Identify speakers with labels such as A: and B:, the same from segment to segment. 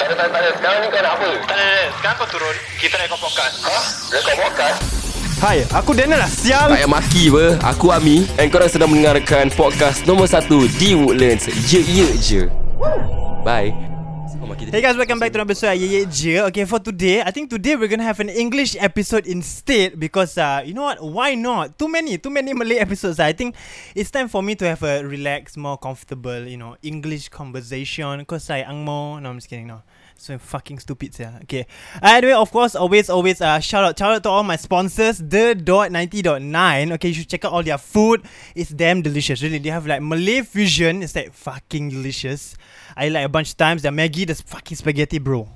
A: tak ada, tak ada. Sekarang ni kau nak apa?
B: Tak ada, tak ada. Sekarang kau turun. Kita nak ikut podcast.
A: Ha? Rekod podcast?
C: Hai, aku Daniel lah sial.
D: Tak payah maki apa Aku Ami And korang sedang mendengarkan Podcast nombor 1 Di Woodlands Ye ye je Bye
C: Hey guys, welcome back to another episode of Ye Ye Je. Okay, for today, I think today we're gonna have an English episode instead because uh, you know what? Why not? Too many, too many Malay episodes. I think it's time for me to have a relaxed, more comfortable, you know, English conversation. Cause I ang mo. No, I'm just kidding. No. So fucking stupid, yeah. Okay. Uh, anyway, of course, always, always, uh, shout out, shout out to all my sponsors, the dot ninety dot nine. Okay, you should check out all their food. It's damn delicious, really. They have like Malay fusion. It's like fucking delicious. I ate, like a bunch of times. Their Maggie, the fucking spaghetti, bro.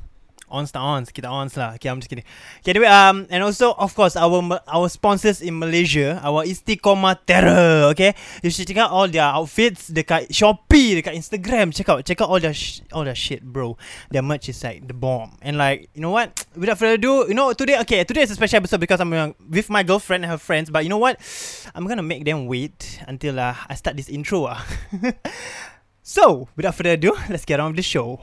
C: Ons tak ons Kita ons lah Okay I'm just kidding Okay anyway um, And also of course Our Ma- our sponsors in Malaysia Our Istiqomah Terror Okay You should check out all their outfits Dekat Shopee Dekat Instagram Check out Check out all their sh- All their shit bro Their merch is like The bomb And like You know what Without further ado You know today Okay today is a special episode Because I'm uh, with my girlfriend And her friends But you know what I'm gonna make them wait Until uh, I start this intro ah. So without further ado Let's get on with the show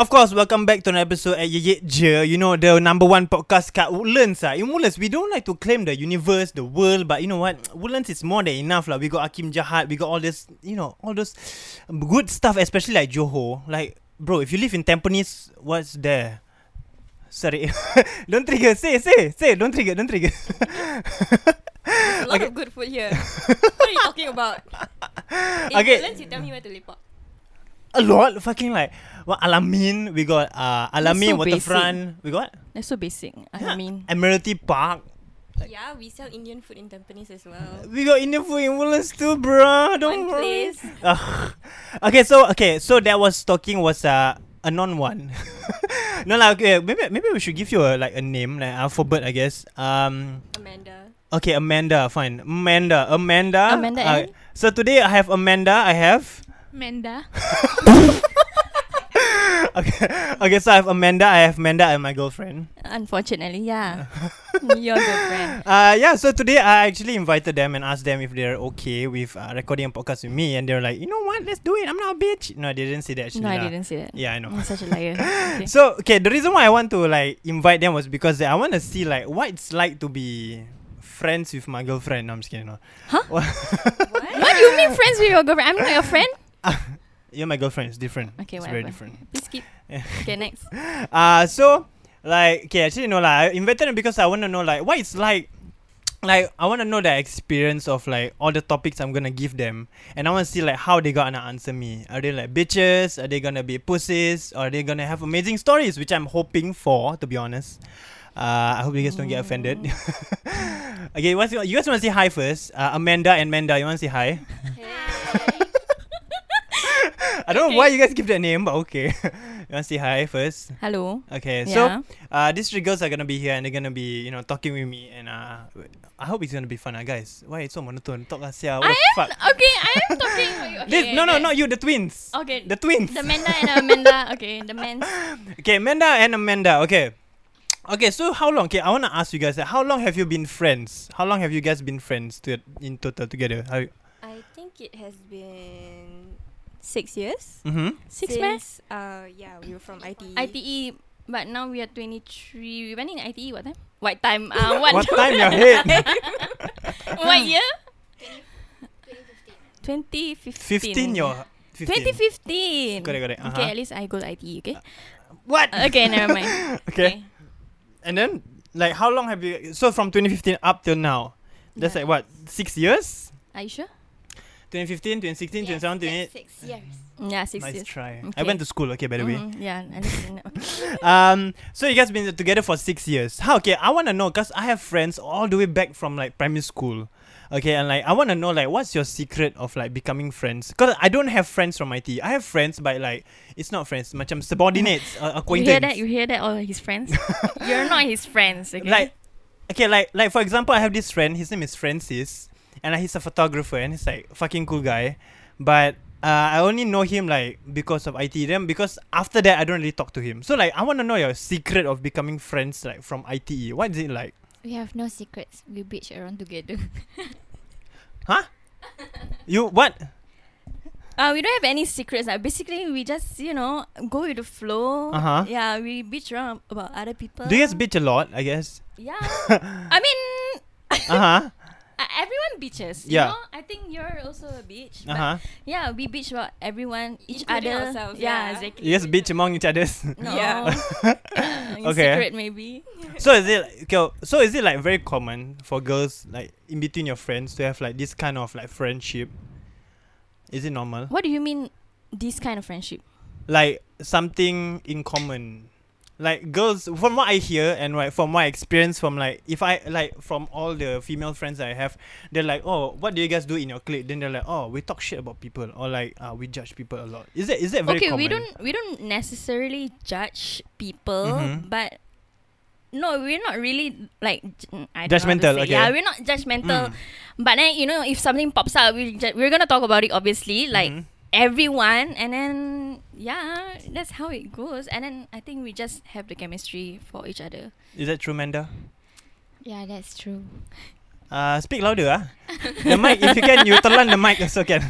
C: Of course, welcome back to another episode at Yeyet Je. You know, the number one podcast kat Woodlands lah. In Woodlands, we don't like to claim the universe, the world, but you know what? Woodlands is more than enough lah. We got Akim Jahat, we got all this, you know, all those good stuff, especially like Johor. Like, bro, if you live in Tampines, what's there? Sorry. don't trigger. Say, say, say. Don't trigger, don't trigger.
E: A lot of good food here. what are you talking about? In
C: Okay.
E: Woodlands, you tell me where to lepak.
C: A lot. Fucking like, what? Alamin. We got uh, Alamin
E: so basic. Mm.
C: Waterfront. We got
E: That's so basic. I mean,
C: Admiralty Park.
E: yeah, we sell Indian food in Tampines as well.
C: We got Indian food in Woodlands too, bro. Don't
E: One
C: worry.
E: place.
C: Ugh. okay, so okay, so that was talking was uh, a non one. no lah, okay, maybe maybe we should give you a like a name like alphabet, I guess. Um,
E: Amanda.
C: okay, Amanda, fine, Amanda, Amanda.
E: Amanda
C: uh,
E: and?
C: so today I have Amanda. I have
F: Manda.
C: okay, okay. So I have Amanda. I have Amanda and my girlfriend.
E: Unfortunately, yeah. Your girlfriend.
C: Uh, yeah, so today I actually invited them and asked them if they're okay with uh, recording a podcast with me, and they're like, you know what, let's do it. I'm not a bitch. No, they didn't say that. Actually,
E: No, I
C: lah.
E: didn't say that.
C: Yeah, I know.
E: I'm such a liar. Okay.
C: So okay, the reason why I want to like invite them was because I want to see like what it's like to be friends with my girlfriend. No, I'm just kidding. No.
F: What do you mean friends with your girlfriend? I'm not your friend.
C: You're my girlfriend. It's different.
E: Okay,
C: it's very
E: whatever.
C: different.
E: Please keep. Okay, next.
C: Uh, so like okay, actually no lah. I invited them because I want to know like what it's like. Like I want to know the experience of like all the topics I'm gonna give them, and I want to see like how they gonna answer me. Are they like bitches? Are they gonna be pussies? Or are they gonna have amazing stories, which I'm hoping for, to be honest. Uh, I hope you guys don't get offended. okay, what's, your- you guys want to say hi first? Uh, Amanda and Manda, you want to say hi? I don't know why you guys give that name, but okay. you want to say hi first?
E: Hello.
C: Okay,
E: Yeah.
C: so uh, these three girls are gonna be here and they're gonna be, you know, talking with me and uh, I hope it's gonna be fun, uh, guys. Why it's so monotone? Talk lah, sia. What
F: I
C: the
F: am
C: fuck?
F: okay. I am talking. about you.
C: This,
F: Okay,
C: no, no,
F: okay.
C: not you. The twins.
F: Okay.
C: The twins.
F: The Manda and Amanda. Okay, the men.
C: okay, Amanda and Amanda. Okay. Okay, so how long? Okay, I wanna ask you guys. uh, How long have you been friends? How long have you guys been friends to, in total together? How,
E: I think it has been six years.
C: mm-hmm.
F: Six men.
E: Since, uh, yeah, we were from E. ITE.
F: ITE. E, But now we are 23. We went in ITE what time? What time? Uh, what,
C: What time your head?
F: what year? 2015.
C: Fifteen, your. 15.
F: 2015.
C: Correct, correct,
F: Okay,
C: uh-huh.
F: at least I go to ITE, okay?
C: What?
F: Okay, never mind.
C: Okay. And then, like, how long have you? So from 2015 up till now, that's
F: Yeah.
C: like what six years?
F: Are you sure?
C: 2015, 2016, 2017, 2018.
A: Six years.
C: Mm-hmm.
F: Yeah, six
C: Nice
F: years.
C: try. I
F: Okay. Mm-hmm.
C: went to school. Okay, by the way.
F: Mhm, yeah, I understand. Okay.
C: Um, so you guys been together for six years. How? Okay, I wanna know because I have friends all the way back from like primary school. Okay, and like I wanna know like what's your secret of like becoming friends? Cause I don't have friends from IT. I have friends, but like it's not friends. Macam subordinates, uh,
F: You
C: acquaintance.
F: hear that? You hear that? All his friends. You're not his friends. Okay?
C: like okay, like like for example, I have this friend. His name is Francis, and like, he's a photographer, and he's like fucking cool guy. But uh, I only know him like because of IT. Then because after that, I don't really talk to him. So like, I want to know your secret of becoming friends like from ITE. What is it like?
F: We have no secrets. We bitch around together.
C: Huh? You what?
F: Uh, we don't have any secrets. Like basically, we just you know go with the flow.
C: Uh-huh.
F: Yeah, we bitch around about other people.
C: Do you guys bitch a lot? I guess.
F: Yeah. Um, I mean,
C: Uh huh.
F: uh, everyone bitches. You
C: Yeah.
F: know? I think you're also a bitch.
C: Uh
F: but
C: huh.
F: Yeah, we bitch about everyone, each
E: Including
F: other.
E: ourselves, yeah.
F: yeah, exactly.
C: You guys bitch among each other's.
F: No.
E: Yeah.
F: In
C: Okay.
F: Secret maybe.
C: so is it like, okay, so is it like very common for girls like in between your friends to have like this kind of like friendship? Is it normal?
F: What do you mean? This kind of friendship.
C: Like something in common. Like girls from what I hear and like from my experience from like if I like from all the female friends that I have, they're like, Oh, what do you guys do in your clique? Then they're like, Oh, we talk shit about people or like uh, we judge people a lot. Is that is that very
F: okay,
C: common?
F: we don't we don't necessarily judge people,
C: Mhm.
F: but no, we're not really like j- mm, I don't know how to
C: Judgmental,
F: say.
C: okay.
F: Yeah, we're not judgmental.
C: Mm.
F: But then you know, if something pops up, we ju- we're gonna talk about it. Obviously, like
C: Mhm.
F: everyone, and then yeah, that's how it goes. And then I think we just have the chemistry for each other.
C: Is that true, Manda?
F: Yeah, that's true.
C: Uh, speak louder ah. the mic if you can you telan the mic also can.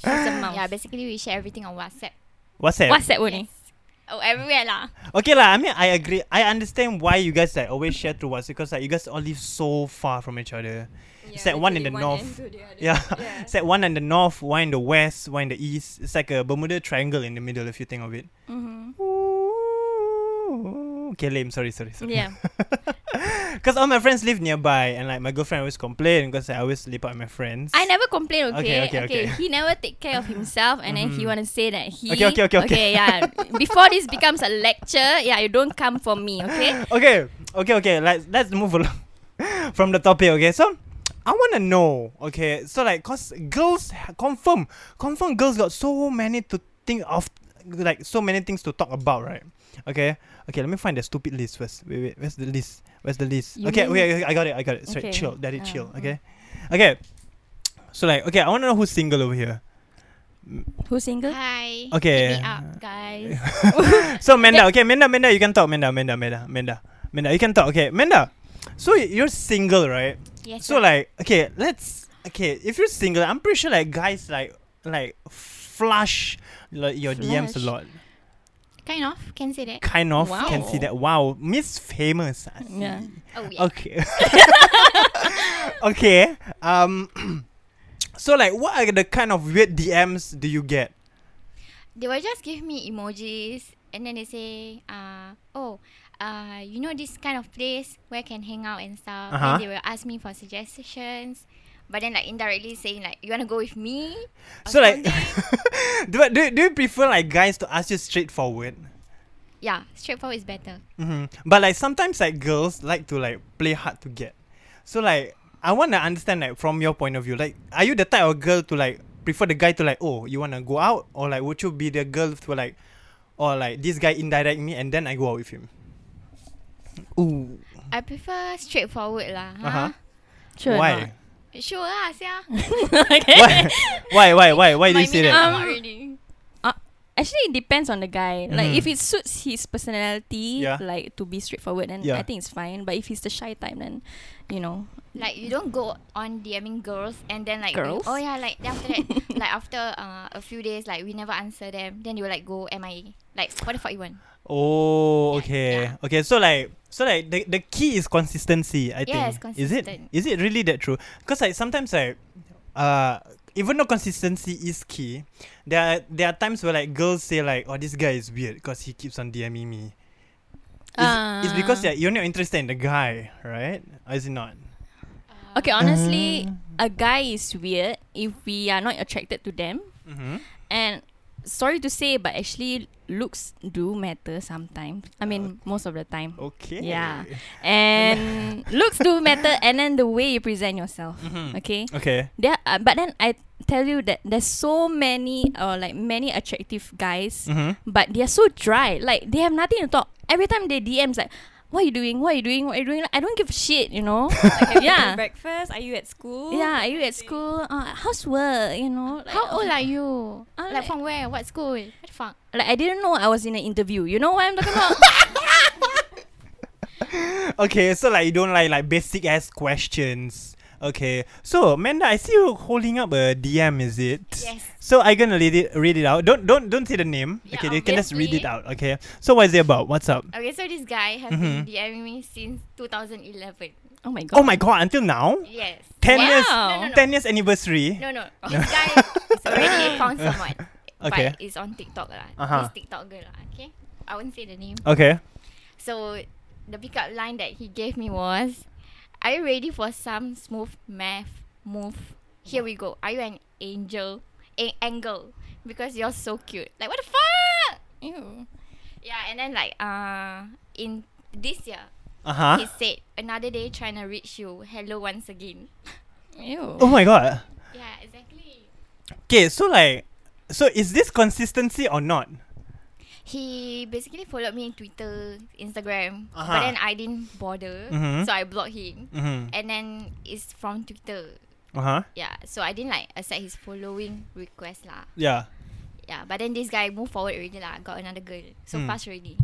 F: She's a mouse.
G: Yeah, basically we share everything on WhatsApp.
C: WhatsApp.
F: What's that one? eh?
G: Oh, everywhere lah.
C: Okay lah, I mean I agree. I understand why you guys like always share through WhatsApp because like you guys all live so far from each other. it's like one in the north. Yeah. it's like one in the north, one in the west, one in the east. It's like a Bermuda Triangle in the middle if you think of it. Mm-hmm. Okay, lame. Sorry, sorry, sorry.
F: Yeah.
C: Because all my friends live nearby, and like my girlfriend always complain because I always sleep out with my friends.
F: I never complain,
C: Okay,
F: okay?
C: okay, okay.
F: He never take care of himself and then he wanna say that he
C: Okay, okay, okay, okay.
F: yeah. Before this becomes a lecture, yeah, you don't come for me, okay?
C: okay, okay, okay. Let's let's move along from the topic. Okay, so I wanna know. Okay, so like, cause girls ha- confirm, confirm girls got so many to think of, like so many things to talk about, right? Okay, okay. Let me find the stupid list first. Wait, wait. Where's the list? Where's the list?
F: You
C: okay,
F: mean-
C: okay, okay, I got it. I got it. Sorry,
F: Okay.
C: chill. Daddy,
F: Ah,
C: chill.
F: mm.
C: Okay, okay. So like, okay, I wanna know who's single over here.
F: Who's single?
G: Hi.
C: Okay.
G: Hit me up, guys.
C: So Menda, okay, Menda, Menda, you can talk, Menda, Menda, Menda, Menda, Menda, you can talk. Okay, Menda. So y- you're single, right?
G: Yes.
C: So like, okay, let's okay. If you're single, I'm pretty sure like guys like like flush like your DMs a lot.
F: Flush.
G: kind of can say that.
C: Kind of can see that. Wow, Miss Famous. I see.
F: Yeah.
G: Oh yeah.
C: Okay. okay. Um. So like, what are the kind of weird DMs do you get?
G: They will just give me emojis and then they say, uh, oh, uh, you know this kind of place where I can hang out and stuff.
C: Uh-huh.
G: Then they will ask me for suggestions. But then like indirectly saying like you wanna go with me? or
C: So like,
G: something.
C: do, do do you prefer like guys to ask you straightforward?
G: Yeah, straightforward is better.
C: hmm But like sometimes like girls like to like play hard to get. So like I wanna understand like from your point of view, like are you the type of girl to like prefer the guy to like oh you wanna go out or like would you be the girl to like or like this guy indirect me and then I go out with him? Ooh.
G: I prefer straightforward lah. Huh?
C: Uh-huh.
F: Sure.
C: why?
G: Sure lah, sia.
C: why? Why? Why? Why? Why do you say that?
G: um, already.
F: Actually it depends on the guy. Like
C: Mhm.
F: if it suits his personality,
C: Yeah.
F: like to be straightforward, then
C: Yeah.
F: I think it's fine. But if he's the shy type then you know.
G: Like you don't go on DMing girls and then like
F: Girls?
G: oh yeah like then after that like after uh, a few days like we never answer them then you will like go MIA like what the fuck you want
C: Oh, okay, okay. So like, so like the, the key is consistency. I
G: Yes,
C: think is it
G: consistent.
C: is it really that true? Because like sometimes like, uh, even though consistency is key, there are, there are times where like girls say like, oh this guy is weird because he keeps on DMing me. Is, it's because
F: Ah.
C: like, you're not interested in the guy, right? Or is it not?
F: Okay, honestly,
C: Mm.
F: a guy is weird if we are not attracted to them.
C: Mm-hmm.
F: And sorry to say, but actually, looks do matter sometimes. I mean, most of the time.
C: Okay.
F: Yeah. And looks do matter, and then the way you present yourself.
C: Mhm.
F: Okay.
C: Okay.
F: There, uh, but then I tell you that there's so many or like many attractive guys,
C: Mm-hmm.
F: but they're so dry. Like they have nothing to talk. Every time they DMs like, what are you doing? What are you doing? What are you doing? Like, I don't give a shit, you know?
E: Have you had
F: yeah.
E: breakfast? Are you at school?
F: Yeah, are you at school? Uh, housework, you know? Like,
G: How old are you?
F: Ah,
G: like,
F: like-
G: from where? What school? What the fuck?
F: Like, I didn't know I was in an interview. You know what I'm talking about?
C: Okay, so like you don't like like basic ass questions. Okay, so Amanda, I see you holding up a DM. Is it?
G: Yes.
C: So I gonna read it. Read it out. Don't don't don't say the name.
G: Yeah,
C: okay, you can just read it
G: obviously.
C: out. Okay. So what is it about? What's up?
G: Okay, so this guy has been DMing me since 2011.
F: oh my god.
C: Oh my god! Until now,
G: Yes.
C: ten
F: Wow.
C: years,
F: No,
G: no, no.
C: ten years anniversary.
G: No, no. This guy is already found someone.
C: Okay.
G: But it's on TikTok lah.
C: Uh-huh.
G: This TikTok girl lah, okay? I won't say the name.
C: Okay.
G: So, the pickup line that he gave me was, Are you ready for some smooth math move? Here we go. Are you an angel? A- angle. Because you're so cute. Like, what the fuck?
F: Ew.
G: Yeah, and then like, uh, in this year,
C: Uh huh.
G: he said, Another day trying to reach you. Hello once again.
F: Ew.
C: Oh my god.
G: Yeah, exactly.
C: Okay, so like, so is this consistency or not?
G: he basically followed me in Twitter, Instagram,
C: Aha.
G: but then I didn't bother,
C: Mhm.
G: so I blocked him.
C: Mm-hmm.
G: And then it's from Twitter,
C: Uh huh.
G: yeah. So I didn't like accept his following request lah,
C: Yeah.
G: yeah. But then this guy moved forward already lah, got another girl, so
C: Mm.
G: fast already.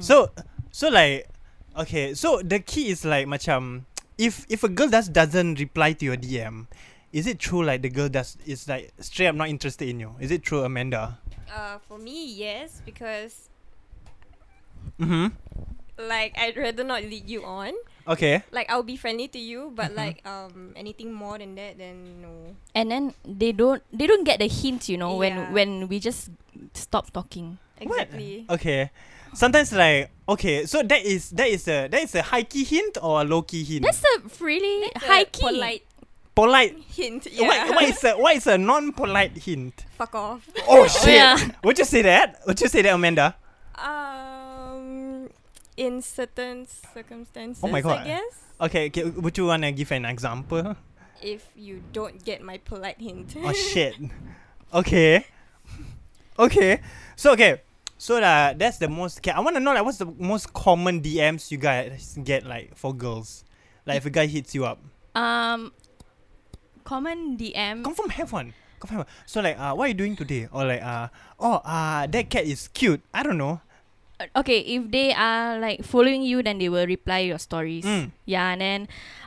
C: So so like okay, so the key is like macam if if a girl does doesn't reply to your DM, is it true like the girl does is like straight up not interested in you? Is it true, Amanda?
E: Uh, for me, yes, because
C: Mm-hmm.
E: like I'd rather not lead you on.
C: Okay.
E: Like I'll be friendly to you,
C: Mm-hmm.
E: but like um anything more than that, then no.
F: And then they don't they don't get the hint, you know,
E: Yeah.
F: when when we just stop talking.
E: Exactly.
C: Okay. Sometimes like okay, so that is that is a that is a high key hint or a low key hint?
F: That's a really
E: The
F: high key.
E: polite
C: polite.
E: hint. Yeah.
C: What, what is a what is a non polite hint?
E: Fuck off.
C: Oh shit!
F: yeah.
C: Would you say that? Would you say that, Amanda?
E: Um, in certain circumstances,
C: Oh God.
E: I guess
C: Okay, okay. Would you wanna give an example?
E: if you don't get my polite hint.
C: Oh shit. Okay. Okay. So okay. So uh, that's the most. Okay, I wanna know like what's the most common DMs you guys get like for girls. Like if a guy hits you up,
F: Um common DM.
C: confirm have one. Confirm. Have one. So like, uh, what are you doing today? Or like, uh, oh, uh, that cat is cute. I don't know.
F: okay, if they are like following you, then they will reply your stories.
C: Mm.
F: Yeah, and then,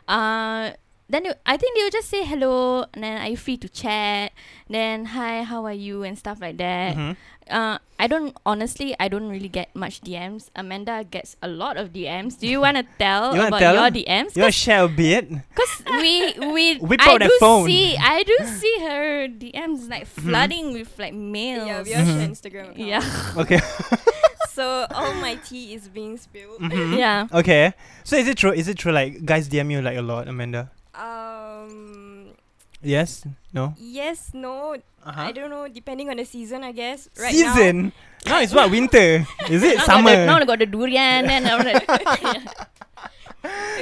F: uh, then they, I think they will just say hello, and then are you free to chat? Then hi, how are you, and stuff like that.
C: Mhm.
F: Uh, I don't honestly, I don't really get much DMs. Amanda gets a lot of DMs. Do you want to tell
C: You wanna
F: about
C: tell?
F: your DMs?
C: You wanna share a bit?
F: Cause we we
C: Whip
F: I
C: out that
F: do
C: phone. Mm-hmm.
F: see I do see her DMs like flooding with like mails.
E: yeah, we all share Instagram. Account.
F: Mm-hmm. yeah,
C: Okay.
E: So all my tea is being spilled.
C: Mm-hmm.
F: yeah.
C: okay. So is it true? Is it true? Like guys DM you like a lot, Amanda?
E: Um.
C: Yes. No.
E: Yes. No. I
C: Uh-huh.
E: don't know. Depending on the season, I guess. Right Now,
C: Season. Now, it's what winter. Is it
F: Now
C: summer?
F: got the, now they got the durian and all that.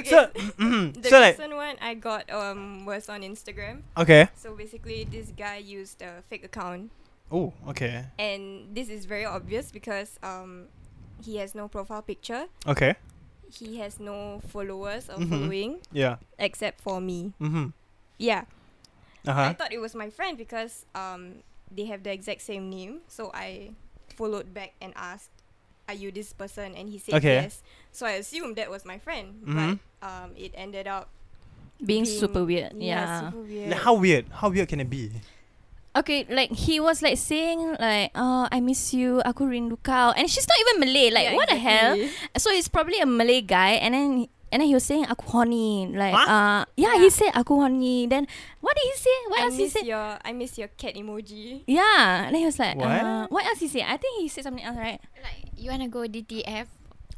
E: okay,
C: so, mm,
E: the
C: so like,
E: recent one I got um was on Instagram.
C: okay.
E: So basically, this guy used a fake account,
C: Oh, okay,
E: and this is very obvious because um he has no profile picture.
C: okay,
E: He has no followers or
C: Mhm.
E: following
C: yeah,
E: except for me.
C: mm-hmm,
E: Yeah.
C: uh huh,
E: I thought it was my friend because um they have the exact same name. So I followed back and asked, "Are you this person?" And he said
C: Okay.
E: yes. So I assumed that was my friend,
C: Mhm.
E: but um it ended up
F: Being super weird.
E: Yeah,
F: Yeah.
E: super weird.
C: Like, how weird? How weird can it be?
F: Okay, like he was like saying like, "Oh, I miss you. Aku rindu kau." And she's not even Malay. Like,
E: Yeah,
F: what the
E: exactly.
F: hell? So it's probably a Malay guy and then and then he was saying aku horny. Like,
C: Huh?
F: uh, yeah, he said aku horny. Then what did he say? What
E: I
F: else he
E: miss
F: said?
E: your I miss your cat emoji.
F: Yeah, and then he was like,
C: What?
F: Uh, what else he say? I think he said something else, right?
G: Like, you wanna go DTF?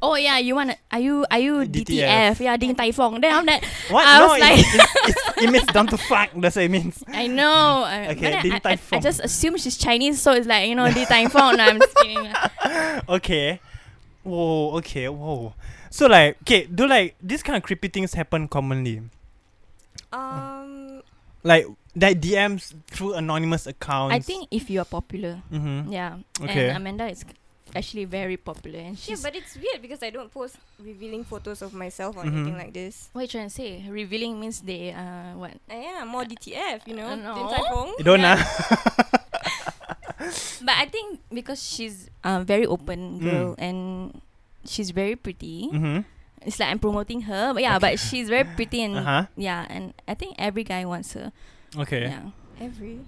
F: Oh yeah, you wanna? Are you are you
C: DTF.
F: DTF? Yeah, Ding Tai Fung. Then I'm like,
C: What?
F: I
C: no,
F: was
C: it-
F: like,
C: it, it's- it means down to fuck. That's what it means.
F: I know. I,
C: Okay,
F: but
C: Din
F: then I,
C: Tai
F: I, I
C: Fung.
F: just assume she's Chinese, so it's like you know, Din Tai Fung. I'm just kidding.
C: Okay, whoa, okay, whoa. So like, okay, do like these kind of creepy things happen commonly?
E: Um
C: Like like DMs through anonymous accounts.
F: I think if you are popular,
C: Mm-hmm.
F: yeah.
C: Okay.
F: And Amanda is actually very popular. And
E: Yeah,
F: she's
E: but it's weird because I don't post revealing photos of myself or
C: Mhm.
E: anything like this.
F: what you trying to say? Revealing means they uh what?
E: Uh, yeah, more DTF, you know.
F: Uh, no.
E: Din Tai Fung.
C: You don't ah.
F: But I think because she's uh, very open
C: Mm.
F: girl and she's very pretty.
C: mm-hmm.
F: It's like I'm promoting her, but yeah, but she's very pretty and
C: Uh-huh.
F: yeah, and I think every guy wants her.
C: Okay.
F: Yeah,
E: Every.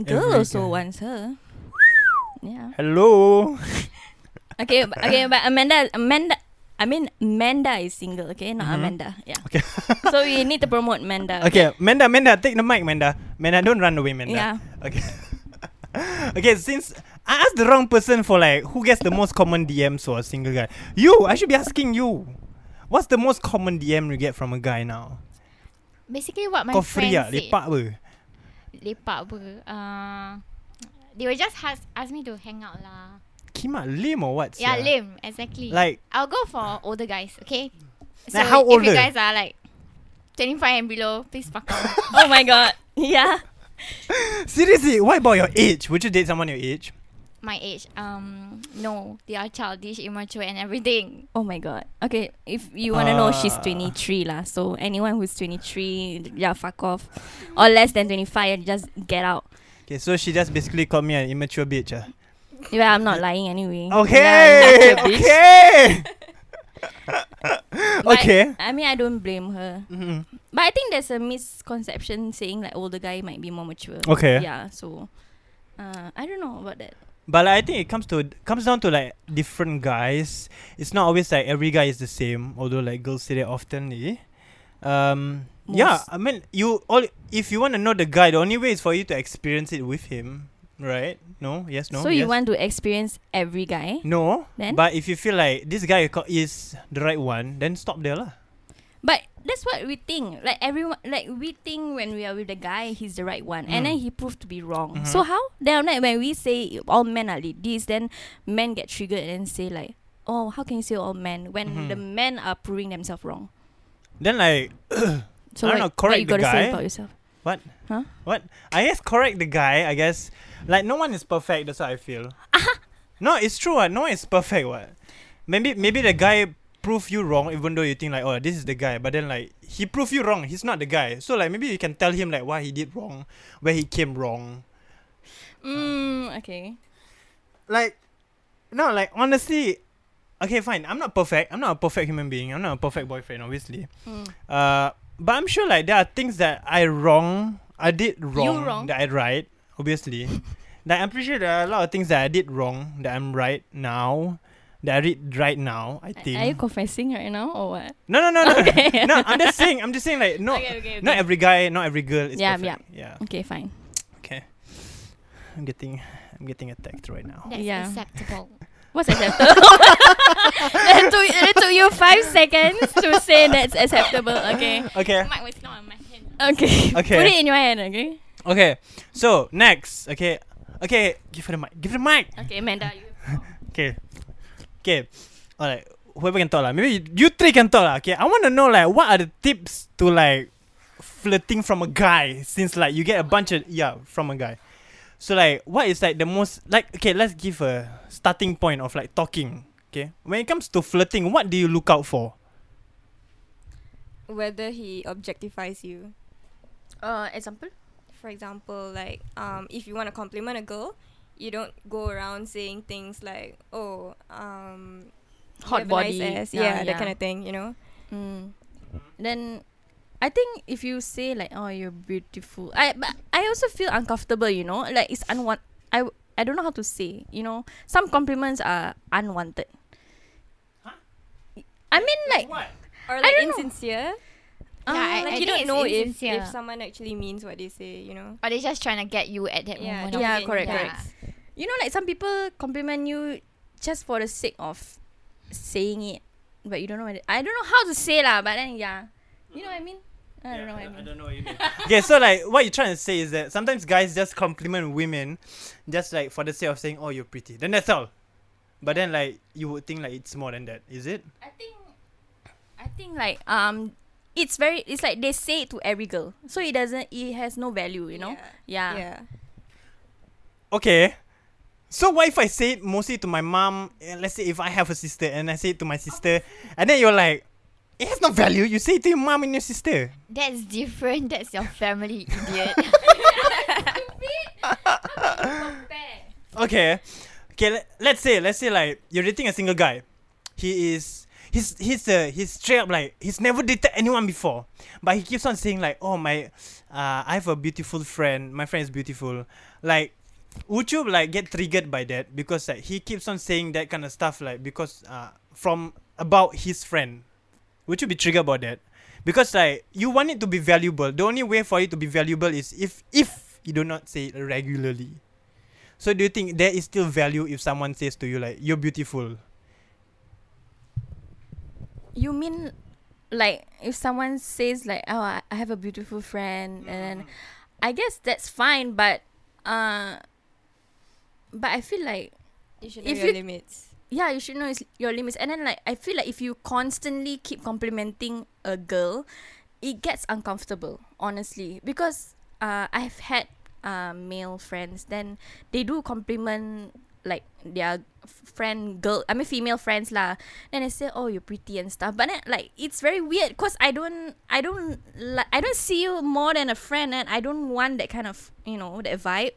F: girl
C: Every
F: also
C: guy.
F: wants her. yeah.
C: Hello.
F: Okay, but, okay, but Amanda, Amanda, I mean Amanda is single. Okay, not
C: Mhm.
F: Amanda. Yeah.
C: Okay.
F: so we need to promote Amanda.
C: Okay, Manda, Manda, take the mic, Manda. Manda, don't run away, Manda.
F: Yeah.
C: Okay. okay, since I asked the wrong person for like who gets the most common DMs for a single guy. You, I should be asking you. What's the most common DM you get from a guy now?
G: Basically what my
C: Kau
G: friends
C: free ah,
G: said.
C: lepak apa?
G: Lepak apa uh, They will just ask, ask me to hang out lah
C: Kimak lame or what?
G: Yeah,
C: sia?
G: lame. Exactly.
C: Like-
G: I'll go for older guys. Okay. So
C: Like how
G: if
C: older?
G: you guys are like twenty five and below, please fuck off.
F: Oh my god. Yeah.
C: Seriously, what about your age? Would you date someone your age?
G: My age. Um, no, they are childish, immature, and everything.
F: Oh my god. Okay, if you wanna know, she's
C: Ah.
F: 23 lah. So anyone who's 23, yeah, fuck off. Or less than 25, just get out.
C: Okay, so she just basically called me an immature bitch. ah.
F: Yeah, I'm not lying anyway.
C: Okay,
F: Yeah, I'm not a bitch.
C: okay,
F: But,
C: okay.
F: I mean, I don't blame her.
C: Mhm.
F: But I think there's a misconception saying like older guy might be more mature.
C: Okay.
F: Yeah. So, uh, I don't know about that.
C: But like, I think it comes to comes down to like different guys. It's not always like every guy is the same. Although like girls say that often. eh? Um. Yeah,
F: Most.
C: I mean, you all. If you want to know the guy, the only way is for you to experience it with him, right? No. Yes. No.
F: so
C: yes.
F: you want to experience every guy?
C: No.
F: Then?
C: But if you feel like this guy co- is the right one, then stop there lah.
F: But that's what we think. Like everyone, like we think when we are with the guy, he's the right one,
C: Hmm.
F: and then he proved to be wrong.
C: Mm-hmm.
F: So how? Then like when we say all men are like this, then men get triggered and say like, "Oh, how can you say all men when
C: Mm-hmm.
F: the men are proving themselves wrong?"
C: Then like
F: So
C: I don't
F: what,
C: know, correct
F: what you
C: the
F: gotta
C: guy.
F: say about yourself?
C: what?
F: Huh?
C: What? I guess correct the guy. I guess like no one is perfect. That's how I feel. no, it's true. What? No one is perfect. What? Maybe maybe the guy prove you wrong, even though you think like oh this is the guy, but then like he proved you wrong. He's not the guy. So like maybe you can tell him like why he did wrong, where he came wrong.
F: Mm, okay.
C: Like no, like honestly. Okay, fine. I'm not perfect. I'm not a perfect human being. I'm not a perfect boyfriend, obviously.
F: Hmm.
C: Uh, but I'm sure like there are things that I wrong, I did wrong,
F: wrong.
C: that I right, obviously. like I'm pretty sure there are a lot of things that I did wrong that I'm right now, that I did right now. I think.
F: Are you confessing right now or what?
C: no, no, no, no.
F: Okay.
C: no, I'm just saying. I'm just saying like no,
F: Okay, okay,
C: not
F: okay.
C: every guy, not every girl is
F: Yeah,
C: perfect. Yeah.
F: Okay, fine.
C: Okay. I'm getting, I'm getting attacked right now.
G: That's
F: Yeah.
G: acceptable.
F: What's acceptable? it, took, it took you five seconds to say that's acceptable. Okay.
C: Okay.
G: Mine was not on my hand.
F: Okay.
C: Okay.
F: Put it in your hand. Okay.
C: Okay. So next. Okay. Okay. Give her the mic. Give her the mic.
F: Okay, Amanda. You
C: Okay. Okay. Alright. Whoever can talk lah. Maybe you, you three can talk lah. Okay. I want to know like what are the tips to like flirting from a guy since like you get a bunch of yeah from a guy. So like what is like the most like okay let's give a starting point of like talking. Okay. When it comes to flirting, what do you look out for?
E: Whether he objectifies you.
F: Uh, example?
E: For example, like um, if you want to compliment a girl, you don't go around saying things like, "Oh, um, you
F: Hot
E: have a nice
F: body."
E: ass."
F: Ah,
E: Yeah,
F: yeah.
E: that kind of thing. You know.
F: Mm. Then, I think if you say like, "Oh, you're beautiful," I but I also feel uncomfortable. You know, like it's unwanted. I w- I don't know how to say. You know, some compliments are unwanted. I mean, like,
E: Or
F: I
E: like
F: don't know.
E: insincere.
F: uh,
G: Yeah, I-
E: like you
G: I think
E: don't
G: it's
E: know if,
G: insincere.
E: if someone actually means what they say. You know.
G: Or they just trying to get you at that
E: Yeah.
G: moment.
E: don't
G: of-
F: Yeah,
E: get-
F: correct,
G: yeah.
F: correct. you know, like some people compliment you just for the sake of saying it, but you don't know. What it, I don't know how to say lah. But then, yeah, you know what I mean. I don't know what I mean.
C: know what you mean. okay, so like what you're trying to say is that sometimes guys just compliment women just like for the sake of saying, Oh you're pretty. Then that's all. But then like you would think like it's more than that, is it?
F: I think I think like um it's very it's like they say it to every girl. So it doesn't it has no value, you know? Yeah.
E: Yeah.
C: Okay. So what if I say it mostly to my mom? eh, Let's say if I have a sister and I say it to my sister, and then you're like, it has no value. You say it to your mom and your sister.
G: That's different. That's your family, idiot.
C: Okay, okay. le- Let's say let's say like you're dating a single guy. He is he's he's uh, he's straight up like he's never dated anyone before, but he keeps on saying like, oh my, uh, I have a beautiful friend. My friend is beautiful. Like, would you like get triggered by that because like he keeps on saying that kind of stuff like because uh from about his friend, would you be triggered about that? Because like you want it to be valuable. The only way for it to be valuable is if if you do not say it regularly. So do you think there is still value if someone says to you like you're beautiful?
F: You mean like if someone says like oh I I have a beautiful friend and then I guess that's fine but uh but I feel like
E: You should know
F: know If
E: your
F: your you-
E: limits.
F: yeah, you should know is your limits. And then like I feel like if you constantly keep complimenting a girl, it gets uncomfortable, honestly. Because uh I've had uh male friends, then they do compliment like their f- friend girl I mean female friends lah. Then they say, Oh, you're pretty and stuff. But then like it's very weird because I don't I don't like I don't see you more than a friend and I don't want that kind of you know, that vibe.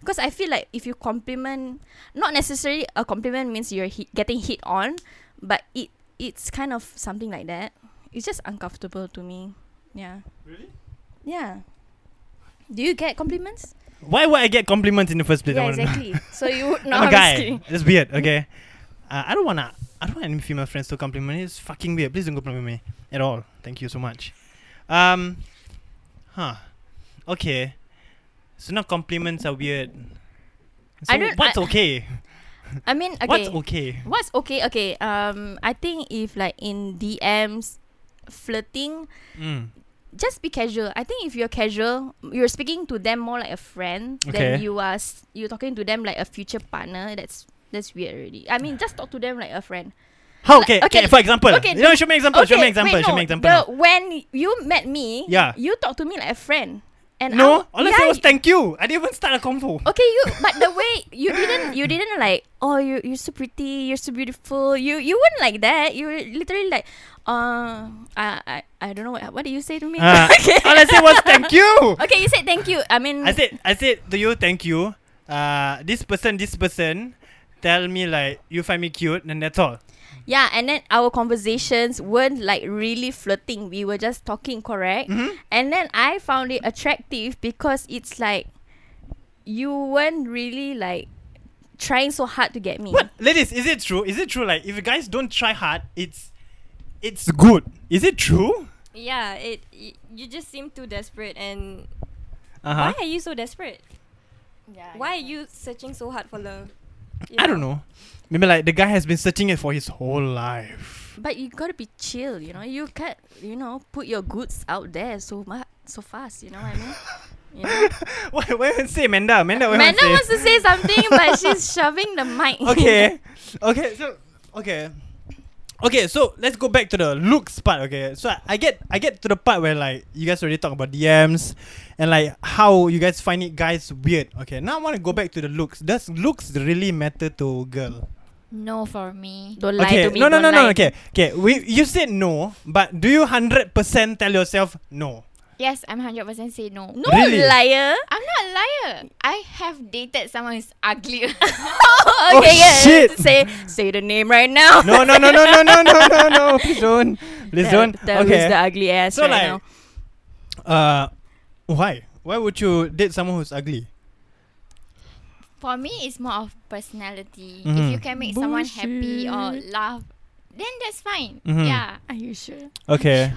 F: Because I feel like if you compliment, not necessarily a compliment means you're hit, getting hit on, but it it's kind of something like that. It's just uncomfortable to me. Yeah.
C: Really?
F: Yeah. Do you get compliments?
C: Why would I get compliments in the first place? I
F: yeah,
C: wanna know.
F: exactly. so you would- no,
C: I'm a
F: I'm just
C: guy.
F: kidding.
C: That's weird. Okay. Uh, I don't wanna. I don't want any female friends to compliment me. It's fucking weird. Please don't compliment me at all. Thank you so much. Um, huh. Okay. So now compliments are weird. So
F: I don't-
C: what's
F: I-
C: okay?
F: I mean, okay.
C: What's okay?
F: What's okay? Okay. Um, I think if like in DMs, flirting,
C: Mm.
F: just be casual. I think if you're casual, you're speaking to them more like a friend
C: Okay.
F: than you are. s- You're talking to them like a future partner. That's that's weird already. I mean, just talk to them like a friend.
C: How okay?
F: Like,
C: okay,
F: okay,
C: For example.
F: okay,
C: no, show me example. show me
F: wait,
C: example. show me
F: no.
C: example.
F: The- when you met me,
C: Yeah.
F: you talk to me like a friend. And
C: no,
F: I,
C: all I
F: yeah,
C: said was thank you. I didn't even start a convo.
F: Okay, you but the way you didn't you didn't like oh you you're so pretty you're so beautiful you you weren't like that you were literally like uh I I, I don't know what what did you say to me
C: Ah, All I said was thank you.
F: okay you said thank you I mean
C: I said I said to you thank you. Uh, this person, this person, tell me like you find me cute, and that's all.
F: Yeah, and then our conversations weren't like really flirting. We were just talking, correct?
C: Mm-hmm.
F: And then I found it attractive because it's like you weren't really like trying so hard to get me.
C: What, ladies? Is it true? Is it true? Like if you guys don't try hard, it's it's good. Is it true?
E: Yeah, it y- you just seem too desperate and
C: Uh
E: why
F: Uh-huh.
C: huh.
E: are you so desperate?
G: yeah,
E: Why are you searching so hard for love? You
C: I don't know. Maybe like the guy has been searching it for his whole life.
F: But you gotta be chill, you know. You can't, you know, put your goods out there so much, so fast. You know what I mean? You know?
C: What? What you say, Manda? Manda, what you
F: Amanda
C: say?
F: wants to say something, but she's shoving the mic.
C: okay. Okay, so okay. Okay, so let's go back to the looks part, okay. So I, I get I get to the part where like you guys already talk about DMs and like how you guys find it guys weird. Okay, now I wanna go back to the looks. Does looks really matter to girl?
G: no, for me.
F: don't lie
C: Okay.
F: to me.
C: No no no
F: don't
C: no
F: lie.
C: okay. Okay. We you said no, but do you hundred percent tell yourself no?
G: Yes, I'm hundred percent say no.
F: No
C: Really?
F: liar.
G: I'm not a liar. I have dated someone who's ugly.
F: Oh, okay,
C: Oh,
F: yeah.
C: shit.
F: Say say the name right now.
C: No no no no no no no no no please don't. Please don't.
F: That
C: okay.
F: the ugly ass
C: So
F: right
C: like,
F: now.
C: uh, why? Why would you date someone who's ugly?
G: for me, it's more of personality.
C: Mhm.
G: If you can make someone happy or laugh, then that's fine.
C: Mhm.
G: Yeah.
F: Are you sure?
C: Okay.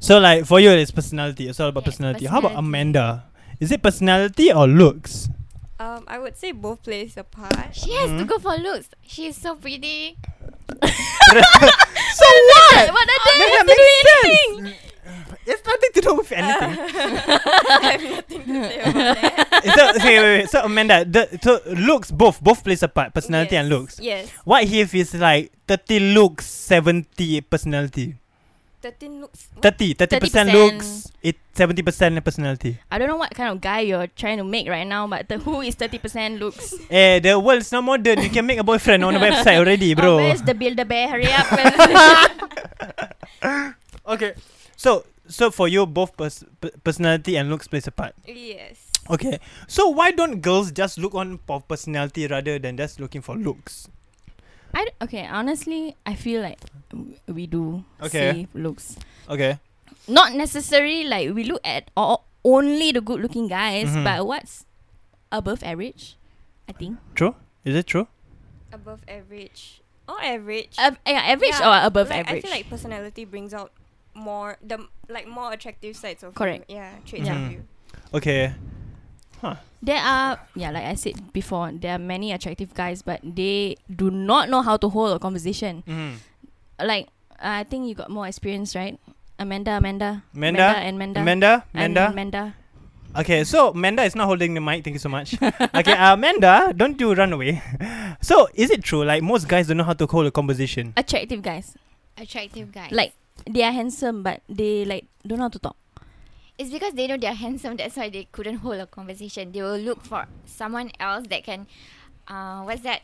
C: So like for you, it's personality. It's all about
G: Yeah,
C: personality. How about
G: personality.
C: Amanda? Is it personality or looks?
E: Um, I would say both plays a part.
G: She has to go for looks. She's so pretty.
C: So what?
F: What are
C: Does
F: they
C: that
F: have
C: make
F: to do
C: sense?
F: anything?
C: It's nothing to do with anything.
E: I have nothing to say about that.
C: so, okay, wait, wait. So Amanda, the, so looks both both plays a part. Personality and
E: Yes,
C: looks.
E: Yes.
C: What if it's like thirty looks, seventy personality?
E: 13 looks. what?
C: 30 30 percent
F: 30%.
C: looks it 70 percent personality
F: I don't know what kind of guy you're trying to make right now, but the who is 30% looks.
C: eh the world's not modern you can make a boyfriend on the website already
F: Oh,
C: bro
F: where's the builder bear? Hurry up.
C: okay so so for you both pers- per- personality and looks plays a part
E: Yes.
C: okay so why don't girls just look on for personality rather than just looking for looks
F: I d- okay, honestly, I feel like w- we do
C: Okay.
F: see looks.
C: okay
F: Not necessarily like we look at all, only the good looking guys,
C: Mhm.
F: but what's above average? I think.
C: true is it true
E: Above average. Or average.
F: Ab- yeah, average
E: Yeah,
F: or above
E: like, I
F: average?
E: feel like personality brings out more the like more attractive sides of
F: Correct.
E: you. Yeah, traits
C: Mhm.
E: of you.
C: okay
F: there are, yeah, like I said before, there are many attractive guys, but they do not know how to hold a conversation.
C: mm.
F: Like, I think you got more experience, right? Amanda, Amanda.
C: Manda
F: and Manda.
C: Manda
F: and
C: Manda
F: Manda.
C: Okay, so Manda is not holding the mic. Thank you so much. okay, uh, Manda, don't you run away. so, is it true? Like most guys don't know how to hold a conversation.
F: Attractive guys.
G: Attractive guy.
F: Like, they are handsome, but they, like, don't know how to talk.
G: It's because they know they're handsome. That's why they couldn't hold a conversation. They will look for someone else that can. Uh, what's that?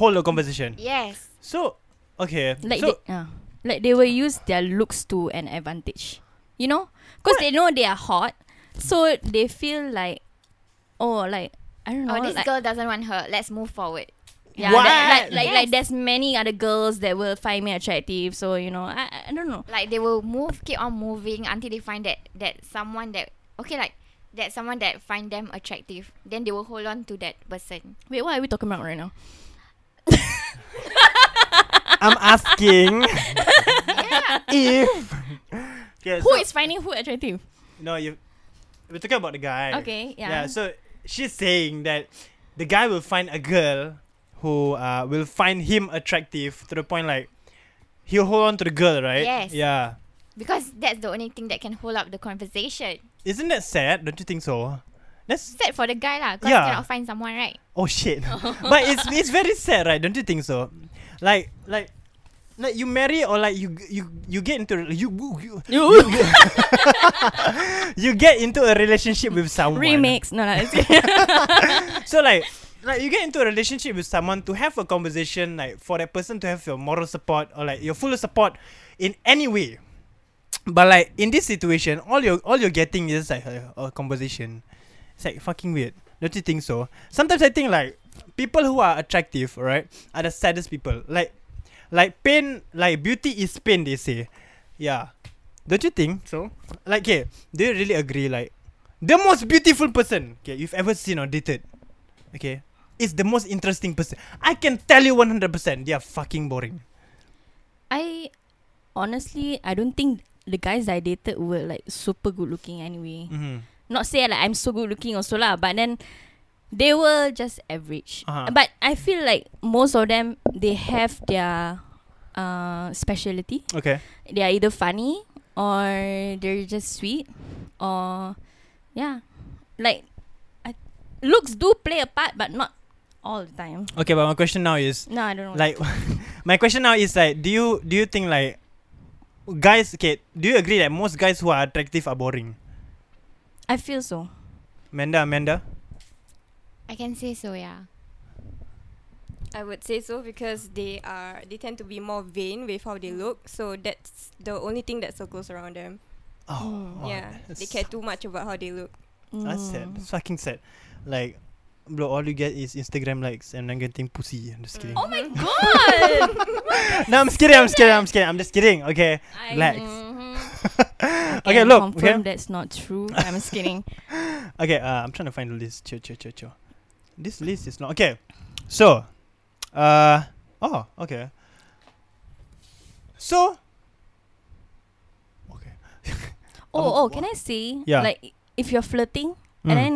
C: Hold a conversation.
G: Yes.
C: So, okay.
F: Like,
C: so,
F: they, uh, like they will use their looks to an advantage. You know? Because they know they are hot. So, they feel like, oh, like, I don't know.
G: Oh, this
F: like,
G: girl doesn't want her. Let's move forward.
F: Yeah,
C: What?
F: that- like like, like
G: Yes.
F: there's many other girls that will find me attractive. So you know, I I- I don't know.
G: Like they will move, keep on moving until they find that that someone that okay, like that someone that find them attractive. Then they will hold on to that person.
F: Wait, what are we talking about right now?
C: I'm asking if. Okay,
F: Who
C: so-
F: is finding who attractive?
C: No, you. We're talking about the guy.
F: Okay,
C: Yeah.
F: yeah.
C: So she's saying that the guy will find a girl who uh will find him attractive to the point like he'll hold on to the girl, right?
G: Yes.
C: Yeah.
G: Because that's the only thing that can hold up the conversation.
C: Isn't that sad? Don't you think so? That's
G: Sad for the guy lah, cause
C: Yeah.
G: cannot find someone right.
C: oh shit. but it's it's very sad, right? Don't you think so? Like like like you marry or like you you you get into you you, you, you get into a relationship with someone.
F: Remix. No, no. It's okay.
C: So like like you get into a relationship with someone to have a conversation like for that person to have your moral support or like your full support in any way. But like in this situation, all you all you're getting is like a, a conversation. It's like fucking weird. Don't you think so? Sometimes I think like people who are attractive, right, are the saddest people. Like like pain like beauty is pain they say. Yeah. Don't you think so? Like okay, do you really agree like the most beautiful person okay, you've ever seen or dated okay, is the most interesting person. I can tell you 100%, they are fucking boring.
F: I honestly, I don't think the guys I dated were like super good looking anyway.
C: Mm-hmm.
F: Not say like I'm so good looking also lah, but then they were just average.
C: Uh-huh.
F: But I feel like most of them they have their uh specialty.
C: Okay.
F: they are either funny or they're just sweet or yeah like I, looks do play a part but not all the time
C: Okay, but my question now is
F: no i don't know
C: like my question now is like do you do you think like guys okay, do you agree that most guys who are attractive are boring?
F: i feel so
C: Amanda, Amanda.
G: I can say so, yeah.
E: I would say so because they are they tend to be more vain with how they look. So that's the only thing that circles around them.
C: Oh, oh,
E: Mm, yeah,
C: that's
E: they care too much about how they look.
C: That's sad. That's fucking sad. Like bro, all you get is Instagram likes and I'm getting pussy. I'm
E: Mm.
C: just kidding.
F: oh my god
C: no, I'm just kidding. I'm just kidding. I'm just kidding. I'm just kidding. Okay.
F: I-
C: Relax.
F: mhm.
C: okay,
F: Can
C: look.
F: confirm
C: Okay.
F: that's not true i'm just kidding
C: Okay, uh, I'm trying to find the list. Chill, chill, chill, chill. This list is not okay. So, uh, oh, okay. So, okay.
F: oh oh can i say
C: Um, Yeah.
F: like if you're flirting
C: Mm.
F: and then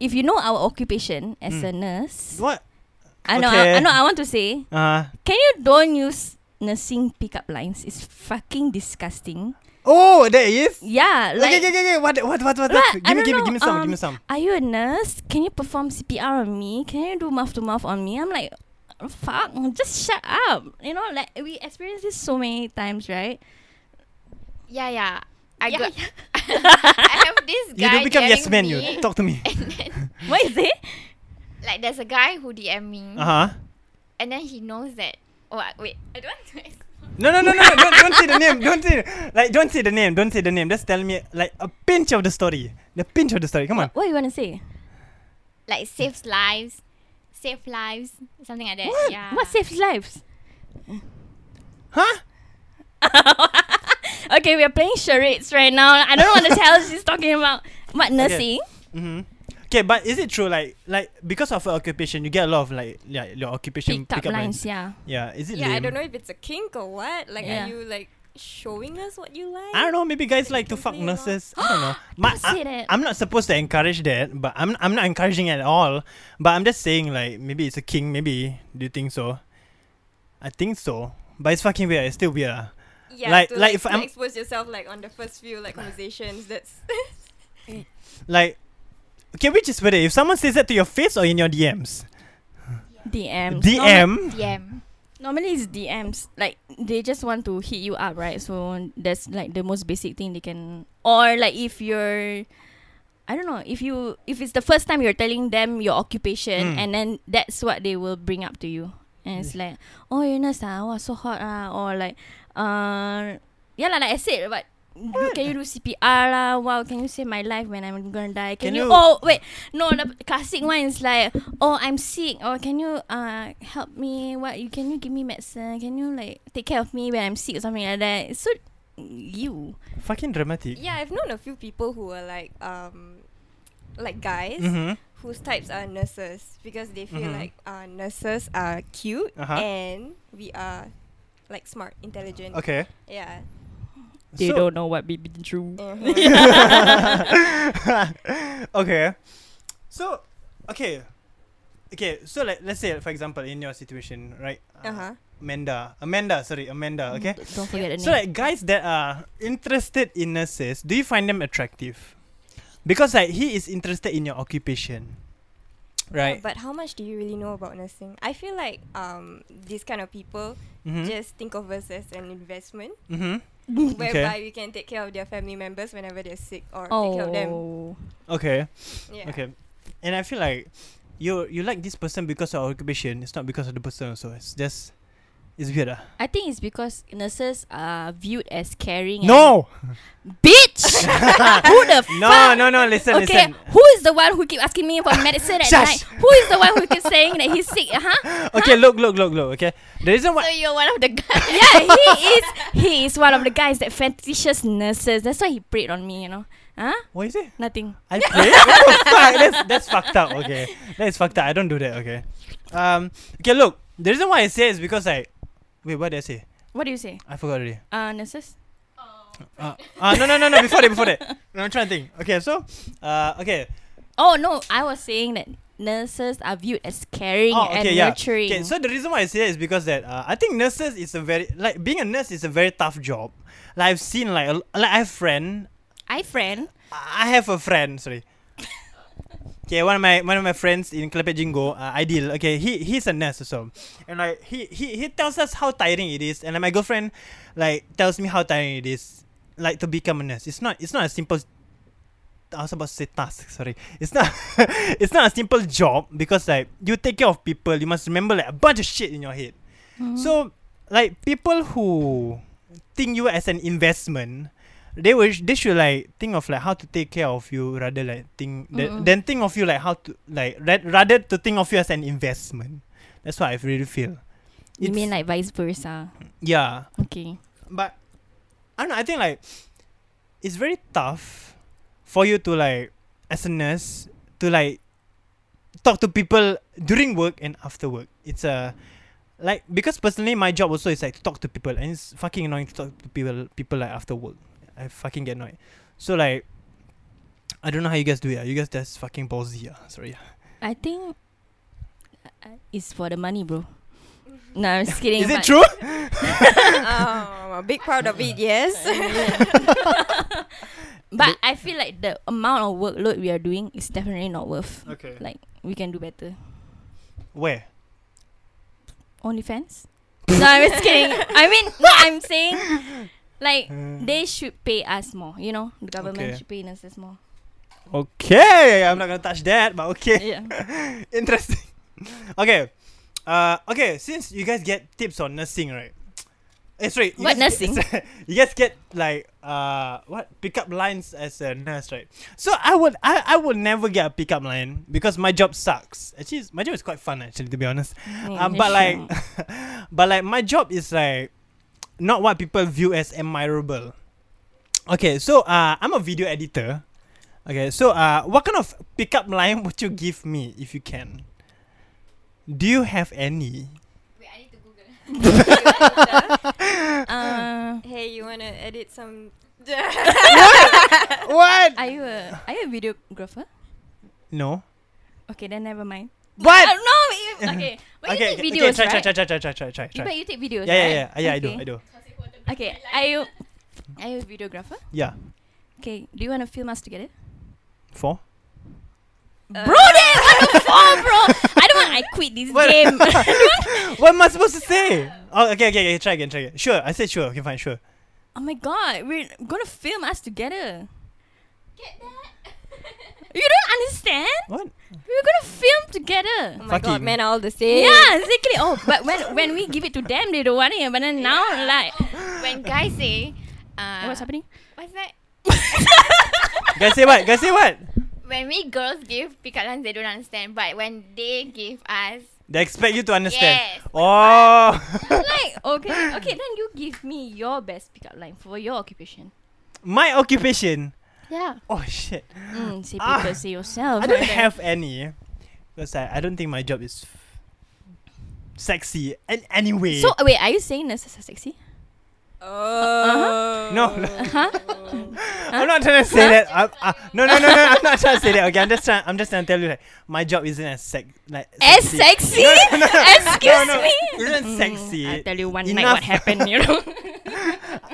F: if you know our occupation as
C: Mm.
F: a nurse
C: What?
F: i know
C: Okay.
F: I, I know i want to say
C: Uh,
F: Can you don't use nursing pickup lines? It's fucking disgusting.
C: oh, there it is.
F: Yeah,
C: okay,
F: like
C: okay, okay, okay. What, what, what, what? what?
F: Right, I
C: Give me,
F: don't
C: give me, give me
F: know,
C: some, give
F: um,
C: me some.
F: are you a nurse? Can you perform CPR on me? Can you do mouth to mouth on me? I'm like, fuck, just shut up. You know, like we experienced this so many times, right?
G: Yeah, yeah. I
F: Yeah,
G: got.
F: yeah.
G: I have this
C: You
G: guy.
C: do become
G: DMing
C: yes man.
G: me,
C: You talk to me.
G: And then,
F: What is it?
G: like, there's a guy who DM
F: Uh-huh.
G: me,
C: Uh huh.
G: and then he knows that. Oh I- wait, I don't want to. ex-
C: No no no no. no, don't don't say the name. Don't say the- like don't say the name. Don't say the name. Just tell me like a pinch of the story. The pinch of the story. Come on.
F: What you wanna say?
G: Like saves lives, save lives, something like that.
F: What?
G: Eh, Yeah.
F: What saves lives?
C: Huh?
F: Okay, we are playing charades right now. I don't know what the hell she's talking about. What nursing?
C: Mm-hmm. Okay, but is it true like like because of her occupation you get a lot of like yeah your occupation
F: Pick up lines, yeah.
C: Yeah, is it
E: Yeah, I
C: lame?
E: don't know if it's a kink or what. Like,
F: Yeah.
E: are you like showing us what you like?
C: I don't know. Maybe guys like to fuck
E: Complain about-
C: nurses. I don't know. Ma-
F: Don't say that.
C: I, am not supposed to encourage that, but I'm I'm not encouraging at all. But I'm just saying like maybe it's a king. Maybe do you think so? I think so, but it's fucking weird. It's still weird. lah.
E: Yeah,
C: Like-
E: to,
C: like,
E: like,
C: if
E: to
C: I'm-
E: expose yourself like on the first few like conversations. That's
C: Like, okay, which is better? If someone says that to your face or in your DMs?
F: DMs. Norma-
C: DM.
G: DM.
F: normally it's DMs. Like they just want to hit you up, right? So that's like the most basic thing they can. Or like if you're, I don't know, if you if it's the first time you're telling them your occupation,
C: Mm.
F: and then that's what they will bring up to you, and it's like, oh, you're nurse ah, wow, so hot ah, or like, uh, yeah lah, like I said, but. do- Can you do CPR lah? Wow, can you save my life when I'm gonna die?
C: Can
F: Can,
C: you-
F: you, Oh wait, no. The classic one is like, oh, I'm sick. Or can you uh help me? What you can you give me medicine? Can you like take care of me when I'm sick or something like that? It's So you,
C: Fucking dramatic.
E: yeah. I've known a few people who are like um, like guys
C: Mm-hmm.
E: whose types are nurses because they feel
C: Mhm.
E: like uh, nurses are cute
C: Uh-huh.
E: and we are like smart, intelligent.
C: Okay.
E: Yeah.
F: they
C: So-
F: don't know what we been through.
E: Uh-huh.
C: okay. So, okay. Okay, so like let's say for example in your situation, right?
E: Uh huh.
C: Amanda. Amanda, sorry, Amanda, okay?
F: Don't
E: Mm-hmm.
F: forget the
C: So
F: name.
C: like guys that are interested in nurses, do you find them attractive? Because like he is interested in your occupation. Right?
E: But how much do you really know about nursing? I feel like um, these kind of people
C: mm-hmm.
E: just think of us as an investment
C: mm-hmm.
E: whereby we can take care of their family members whenever they're sick or take care of them.
F: oh,
C: Okay.
E: Yeah.
C: Okay. And I feel like you you like this person because of occupation. It's not because of the person also. It's just it's weird. ah.
F: I think it's because nurses are viewed as caring.
C: No!
F: and- bitch. who the
C: No,
F: fuck?
C: no, no, listen, listen.
F: okay, who is the one who keep asking me for medicine at
C: Shush.
F: night? Who is the one who keep saying that he's sick? Uh-huh. Huh?
C: Okay, look, look, look, look. Okay, the reason
G: So
C: why
G: you're one of the guys.
F: yeah, he is. He is one of the guys that fetishes nurses. That's why he preyed on me. You know, huh?
C: what is it?
F: Nothing.
C: I play. what the fuck? That's that's fucked up. Okay, that is fucked up. I don't do that. Okay, um, okay. Look, the reason why I say is because like, wait, what did I say?
F: What do you say?
C: I forgot already.
F: Uh, nurses.
C: Uh, uh no, no, no, no. Before that, before that. No, I'm trying to think. Okay, so, uh, okay.
F: Oh no, I was saying that nurses are viewed as caring
C: Oh,
F: and
C: okay, yeah.
F: nurturing.
C: Okay, so the reason why I say that is because that uh, I think nurses is a very like being a nurse is a very tough job. Like I've seen like a, like I have friend
F: I friend.
C: I have a friend. Sorry. Okay, one of my one of my friends in Klepet Jingo, uh, Ideal. Okay, he he's a nurse also, and like he he he tells us how tiring it is, and like, my girlfriend, like tells me how tiring it is, like to become a nurse. It's not it's not a simple. I was about to say task. Sorry, it's not it's not a simple job because like you take care of people, you must remember like a bunch of shit in your head.
F: Mm-hmm.
C: So like people who think you as an investment, they will they should like think of like how to take care of you rather like think th-
F: Mm-mm.
C: then think of you like how to like ra- rather to think of you as an investment. That's what I really feel. It's-
F: You mean like vice versa?
C: yeah,
F: Okay.
C: but I don't know. I think like it's very tough for you to like as a nurse to like talk to people during work and after work. It's a like because personally my job also is like to talk to people and it's fucking annoying to talk to people people like after work. I fucking get annoyed. So like I don't know how you guys do it. ah. You guys just fucking ballsy. ah. Sorry. ah.
F: I think uh, it's for the money, bro. No, I'm just kidding.
C: Is it
F: but-
C: true?
E: um, a big part of it, yes.
F: But I feel like the amount of workload we are doing is definitely not worth.
C: Okay.
F: Like we can do better.
C: Where?
F: OnlyFans? no, I'm just kidding. I mean, no, I'm saying like they should pay us more. You know, the government
C: Okay.
F: should pay nurses more.
C: Okay, I'm not gonna touch that, but okay.
F: Yeah.
C: Interesting. okay. Uh, okay, since you guys get tips on nursing, right? Eh, sorry. you
F: What
C: guys
F: nursing?
C: Get, you guys get like uh what pickup lines as a nurse, right? So I would I, I would never get a pickup line because my job sucks. Actually, it's- my job is quite fun actually to be honest.
F: Yeah,
C: Um, but
F: sure.
C: like, but like my job is like not what people view as admirable. Okay, so uh, I'm a video editor. Okay, so uh, what kind of pickup line would you give me if you can? Do you have any?
G: Wait, I need to Google.
F: uh,
E: Hey, you wanna edit some? Oh
C: What?
F: are you a are you a videographer?
C: No.
F: Okay, then never mind.
C: What?
F: Uh, no, you, okay. But you
C: okay,
F: take
C: okay,
F: videos,
C: try,
F: right?
C: try, try, try, try, try, try,
F: You,
C: try.
F: but you take videos,
C: Yeah, yeah,
F: right?
C: yeah, yeah. I do,
F: Okay.
C: I do.
F: Okay, are you are you a videographer?
C: Yeah.
F: Okay, do you want to film us together?
C: Four.
F: bro, then what the fuck, bro? I don't want. I quit this
C: What?
F: game.
C: What am I supposed to say? Oh, okay, okay, okay. Try again, try again. Sure, I said sure. Okay, fine, sure.
F: oh my god, we're gonna film us together.
G: Get that?
F: You don't understand?
C: What?
F: We're gonna film
E: Oh
F: together.
E: my god,
C: Fucking-
E: men are all the same.
F: Yeah, exactly. Oh, but when when we give it to them, they don't want it. But then now, like,
G: when guys say, uh,
F: what's happening?
G: What's that?
C: Guys say what? Guys say what?
G: When we girls give pickup lines, they don't understand. But when they give us,
C: They expect you to understand.
G: Yes.
C: Oh.
F: Like, okay, okay, then you give me your best pickup line for your occupation.
C: My occupation.
G: yeah,
C: Oh shit.
F: Mm, say
C: Ah,
F: people, say yourself.
C: I don't have any because I, I don't think my job is sexy in any way.
F: So uh, wait, are you saying nurses are sexy?
E: Oh.
C: no,
F: Huh?
C: I'm not trying to say that. I'm, uh, no, no, no, no. I'm not trying to say that. Okay, I'm just trying. I'm just trying to tell you like my job isn't as sex like
F: As sexy? Excuse
C: no, no.
F: me.
C: Isn't sexy.
F: Mm, I tell you one night
C: Enough.
F: what happened. You know.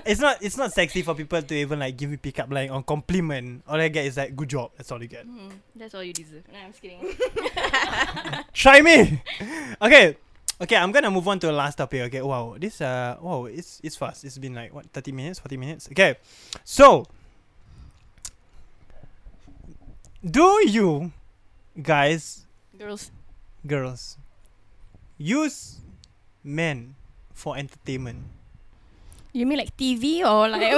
C: It's not. It's not sexy for people to even like give me pickup line or compliment. All I get is like good job. That's all you get.
F: That's all you deserve. Nah, I'm just kidding.
C: Try me. Okay. Okay, I'm gonna move on to the last topic. Okay, wow, this uh, wow, it's it's fast. It's been like what, thirty minutes, forty minutes. Okay, so do you guys,
F: Girls.
C: girls, use men for entertainment?
F: You mean like TV or like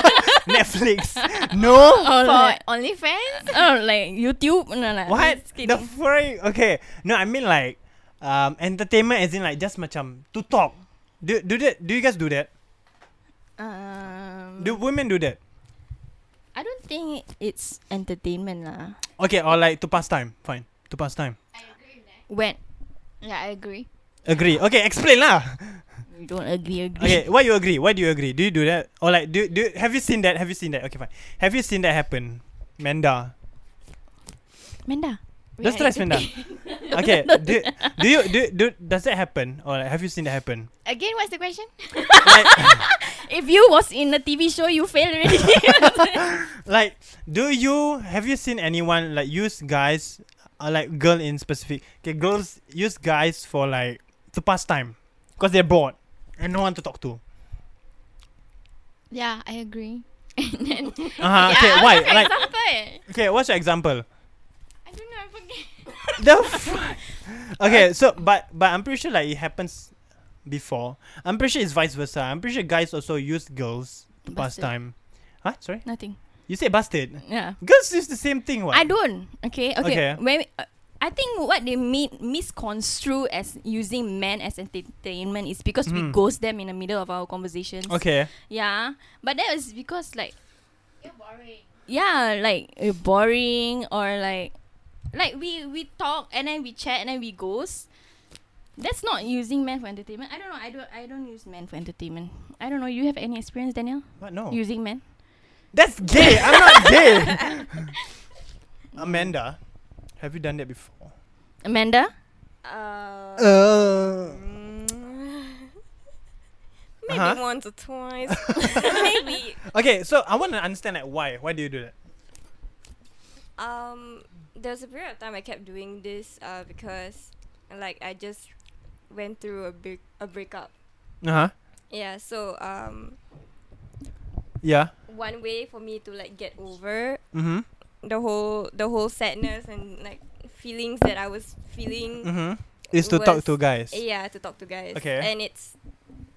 C: Netflix? no.
F: or
G: for
F: like,
G: OnlyFans,
F: oh, like YouTube? No, no.
C: What
F: Just
C: the
F: kidding.
C: frig? Okay, no, I mean like um, entertainment as in like just macam to talk. Do do that? Do you guys do that?
F: um,
C: Do women do that?
F: I don't think it's entertainment lah.
C: Okay, or like to pass time. Fine. To pass time.
F: When
G: yeah, I agree.
C: Agree. Okay, explain lah.
F: you don't agree, agree.
C: Okay, why you agree? Why do you agree? Do you do that? Or like do do have you seen that? Have you seen that? Okay, fine. Have you seen that happen? Menda.
F: Menda.
C: Don't stress Menda. Okay, do, do you do, do does that happen? Or like, have you seen that happen?
G: Again, what's the question?
C: Like,
F: If you was in a TV show, you fail already.
C: like do you have you seen anyone like use guys or like girl in specific? Okay, girls use guys for like to pass time because they're bored and no one to talk to.
G: yeah, I agree. and then,
C: Uh-huh,
G: yeah,
C: okay,
G: I
C: why?
G: want an
C: Like-
G: example.
C: Okay, what's your example?
G: I don't know. I forget.
C: the fuck? Okay, so but but I'm pretty sure like it happens before. I'm pretty sure it's vice versa. I'm pretty sure guys also use girls to pass time.
F: Bastard.
C: Huh? Sorry,
F: Nothing.
C: you say bastard.
F: Yeah.
C: Girls use the same thing. What?
F: I don't. Okay. Okay.
C: Okay.
F: When uh, I think what they mean misconstrue as using men as entertainment is because we
C: Mm.
F: ghost them in the middle of our conversations.
C: Okay.
F: Yeah, but that is because like
G: You're boring.
F: yeah, like uh, boring or like like we we talk and then we chat and then we ghost. That's not using men for entertainment. I don't know. I don't. I don't use men for entertainment. I don't know. You have any experience, Daniel,
C: What? No.
F: using men?
C: That's gay. I'm not gay. Amanda, have you done that before?
F: Amanda,
E: Uh,
C: Uh.
E: mm, Maybe
C: Uh-huh.
E: once or twice. Maybe.
C: Okay, so I want to understand like why. Why do you do that?
E: Um, there was a period of time I kept doing this uh, because, like, I just went through a big a breakup.
C: Uh huh.
E: Yeah, so um,
C: Yeah.
E: one way for me to like get over
C: Mhm.
E: the whole the whole sadness and like feelings that I was feeling.
C: Mhm. Is to talk
E: was-
C: to guys.
E: Eh, Yeah, to talk to guys.
C: Okay.
E: And it's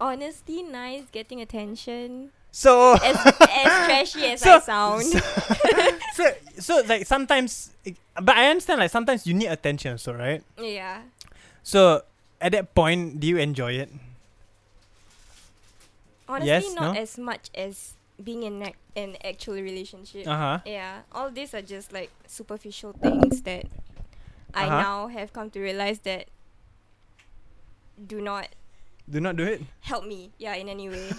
E: honestly nice getting attention.
C: So
E: As as trashy as I sound.
C: So, so so like sometimes, it- but I understand like sometimes you need attention, so right?
E: yeah.
C: So at that point, do you enjoy it?
E: Honestly,
C: Yes,
E: not
C: no?
E: as much as being in ac- an actual relationship.
C: Uh
F: Uh-huh.
C: huh.
E: Yeah, all these are just like superficial things that I
C: Uh-huh.
E: now have come to realize that do not
C: Do not do it.
E: help me. Yeah, in any way.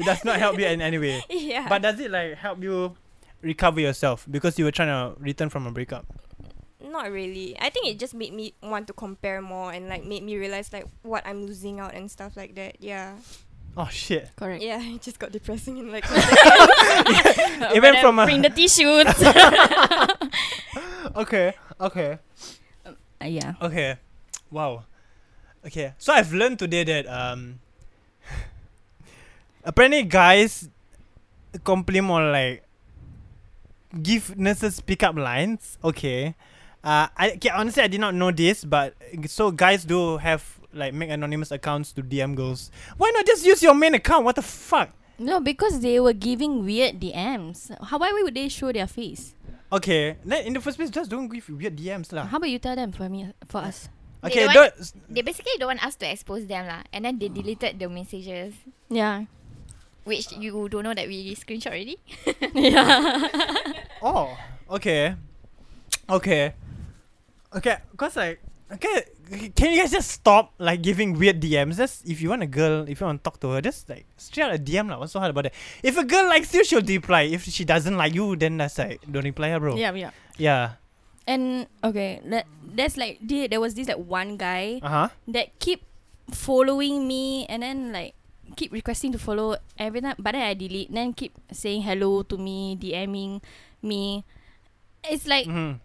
C: It does not help you in any way.
E: yeah.
C: But does it like help you recover yourself because you were trying to return from a breakup?
E: not really. I think it just made me want to compare more and like made me realize like what I'm losing out and stuff like that. Yeah.
C: Oh shit!
F: Correct.
E: Yeah, it just got depressing in like
C: It went from a-
F: bring the tissues.
C: Okay. Okay.
F: Uh, yeah.
C: Okay. Wow. Okay. So I've learned today that um apparently guys compliment or like give nurses pickup lines. Okay. Uh I okay, honestly I did not know this but so guys do have like make anonymous accounts to DM girls. Why not just use your main account? What the fuck?
F: No, because they were giving weird DMs. How why would they show their face?
C: Okay. Then in the first place just don't give weird DMs lah.
F: How about you tell them for me for us?
G: They
C: Okay,
G: don't
C: don't
G: want- They basically don't want us to expose them lah, and then they deleted the messages,
F: Yeah.
G: which you don't know that we screenshot already.
C: Oh, okay. Okay. Okay, because like, okay, can you guys just stop like giving weird DMs? Just if you want a girl, if you want to talk to her, just like straight out a DM lah. What's so hard about that? If a girl likes you, she'll reply. If she doesn't like you, then that's like don't reply her, bro.
F: Yeah, yeah.
C: Yeah.
F: And okay, that that's like there, there was this like one guy
C: Uh huh.
F: that keep following me and then like keep requesting to follow every time but then I delete then keep saying hello to me, DMing me. It's like
C: hmm